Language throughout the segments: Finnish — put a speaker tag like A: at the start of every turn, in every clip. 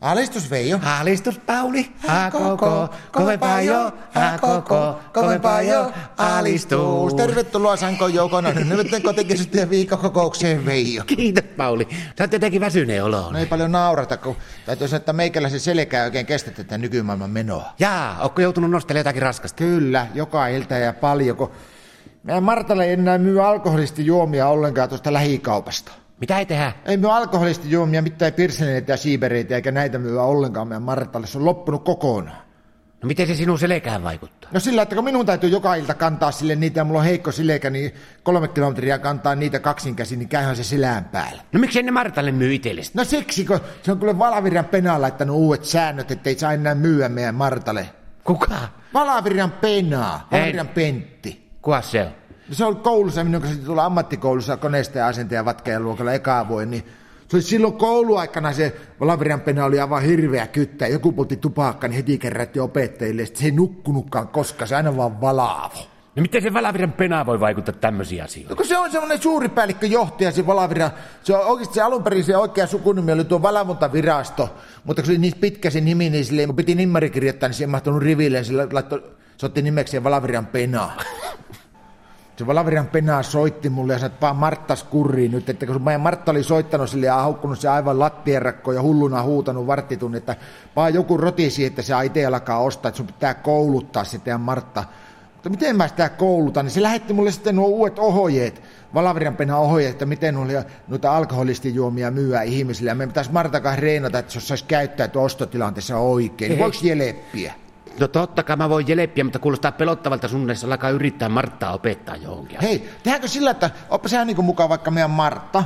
A: Alistus Veijo.
B: Alistus Pauli, a koko, kovempaa jo, a koko, kovempaa jo, alistus.
A: Tervetuloa Sanko Joukona, nyt kotikeskusten viikkokokoukseen Veijo.
B: Kiitos Pauli, sä oot jotenkin väryneen oloon.
A: No ei paljon naurata, kun täytyy sanoa, että meikäläisen selkää oikein kestä tätä nykymaailman menoa.
B: Jaa, ootko joutunut nostelemaan jotakin raskasta?
A: Kyllä, joka ilta ja paljon, kun meidän Martalle ei enää myy alkoholistijuomia ollenkaan tuosta lähikaupasta.
B: Mitä ei tehdä?
A: Ei myy alkoholistijuomia, mitään pirseneitä ja siibereitä eikä näitä myyä ollenkaan meidän Martalle. Se on loppunut kokonaan.
B: No miten se sinun selkään vaikuttaa?
A: No sillä, että kun minun täytyy joka ilta kantaa sille niitä ja mulla on heikko silekä, niin kolme kilometriä kantaa niitä kaksin käsin, niin käyhän se silään päällä.
B: No miksi ne Martalle myy itsellesi?
A: No siksi, kun se on kyllä Valavirran penaa laittanut uudet säännöt, ettei saa enää myyä meidän Martalle.
B: Kuka?
A: Valavirran penaa, Valavirran Pentti.
B: Kuka se on?
A: No Se oli koulussa, minun kanssa tulla ammattikoulussa koneista ja asentajan vatkean luokalla ekaa vuoden, niin se oli silloin kouluaikana se Valavirran pena oli aivan hirveä kyttä. Joku poltti tupakka, niin heti kerrätti opettajille. Sitten se ei nukkunutkaan koskaan, se aina vaan valaavo.
B: No miten se Valaviran penaa voi vaikuttaa tämmöisiin asioihin?
A: No kun se on semmoinen suuri päällikkö johtaja, se Valavira. Se on oikeasti se alun perin se oikea sukunimi oli tuo valvontavirasto, mutta kun se oli niin pitkä se nimi, niin sille, kun piti nimmari kirjoittaa, niin se ei mahtunut riville, niin se, laittoi, se otti nimekseen Valaviran penaa. Se Valaviran penaa soitti mulle ja sanoi, että vaan Marttas kurriin nyt, että kun meidän Martta oli soittanut sille ja haukkunut se aivan lattienrakkoon ja hulluna huutanut varttitunnin, että vaan joku rotisi, että se itse alkaa ostaa, että sun pitää kouluttaa se teidän Martta. Mutta miten mä sitä koulutan, niin se lähetti mulle sitten nuo uudet ohojeet, Valaviran penaa ohojeet, että miten noilla- noita alkoholistijuomia myyä ihmisille. Ja me pitäisi Martakaan reenata, että se osaisi käyttäytyä ostotilanteessa oikein. Niin voiko jeleppiä?
B: No totta kai mä voin jeleppiä, mutta kuulostaa pelottavalta sun, jos alkaa yrittää Marttaa opettaa johonkin.
A: Hei, tehdäänkö sillä, että oppa sehän niin mukaan vaikka meidän Martta.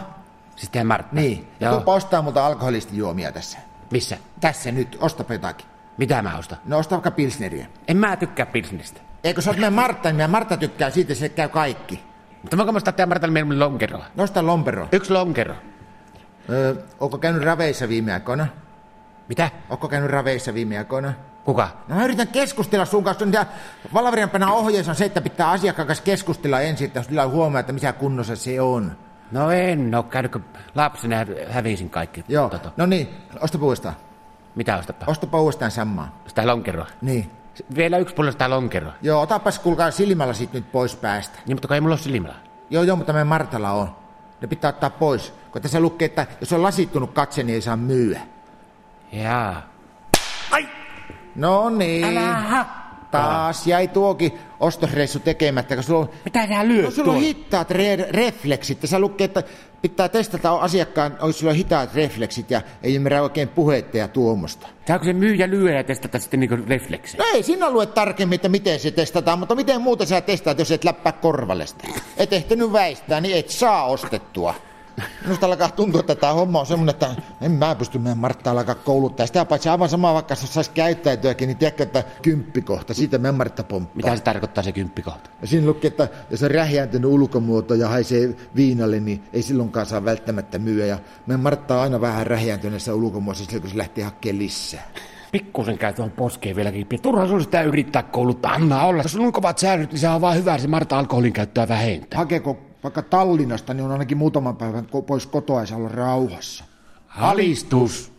B: Siis tää Martta.
A: Niin, ja
B: Joo.
A: tuupa ostaa multa alkoholistijuomia tässä.
B: Missä?
A: Tässä nyt, ostapa jotakin.
B: Mitä mä ostan?
A: No osta vaikka pilsneriä.
B: En mä tykkää bisnestä.
A: Eikö sä oot meidän Martta, niin meidän Martta tykkää siitä, se käy kaikki. No,
B: Mutta voinko mä ostaa tää Martalle mieluummin lonkeroa?
A: Nosta lompero.
B: Yksi lonkero.
A: Öö, onko käynyt raveissa viime aikoina?
B: Mitä?
A: Onko käynyt raveissa viime aikoina?
B: Kuka?
A: No mä yritän keskustella sun kanssa. Ja valaviriampana ohjeessa on se, että pitää asiakkaan kanssa keskustella ensin, että sillä on huomaa, että missä kunnossa se on.
B: No en oo käynyt, kun lapsena hävisin kaikki.
A: Joo,
B: Toto.
A: no niin, ostapa uudestaan.
B: Mitä ostapa?
A: Ostapa uudestaan samaa.
B: Sitä lonkeroa.
A: Niin.
B: Vielä yksi pullo sitä lonkeroa.
A: Joo, otapas kuulkaa silmällä sit nyt pois päästä.
B: Niin, mutta kun ei mulla ole silmällä.
A: Joo, joo, mutta meidän Martalla on. Ne pitää ottaa pois, kun tässä lukee, että jos on lasittunut katse, niin ei saa myyä.
B: Jaa.
A: No niin.
B: Älä hakkaa.
A: Taas jäi tuokin ostosreissu tekemättä, kun sulla on,
B: Mitä sä lyöt
A: no, sulla on
B: tuolla?
A: hitaat re- refleksit. Tässä lukee, että pitää testata asiakkaan, olisi sulla hitaat refleksit ja ei ymmärrä oikein puhetta ja tuomusta.
B: Saako se myyjä lyödä ja testata sitten niinku refleksiä?
A: No ei sinä lue tarkemmin, että miten se testataan, mutta miten muuta sä testaat, jos et läppää korvalle sitä. Et ehtinyt väistää, niin et saa ostettua. Minusta alkaa tuntua, että tämä homma on semmoinen, että en mä pysty meidän Martta alkaa kouluttaa. Sitä paitsi aivan sama, vaikka se saisi käyttäytyäkin, niin tiedätkö, että kymppikohta, siitä meidän Martta pomppaa.
B: Mitä se tarkoittaa se kymppikohta?
A: Ja siinä lukee, että jos on rähjääntynyt ulkomuoto ja haisee viinalle, niin ei silloinkaan saa välttämättä myyä. Ja meidän Martta on aina vähän rähjääntyneessä ulkomuodossa silloin, kun se lähtee hakemaan lisää.
B: Pikkusen käy tuohon poskeen vieläkin. Turha sun sitä yrittää kouluttaa. Anna olla. Jos sun on kovat säännöt, niin se on vaan hyvä. Se Marta alkoholin käyttöä vähentää.
A: hakeeko vaikka Tallinnasta, niin on ainakin muutaman päivän ko- pois kotoa ja saa olla rauhassa.
B: Alistus.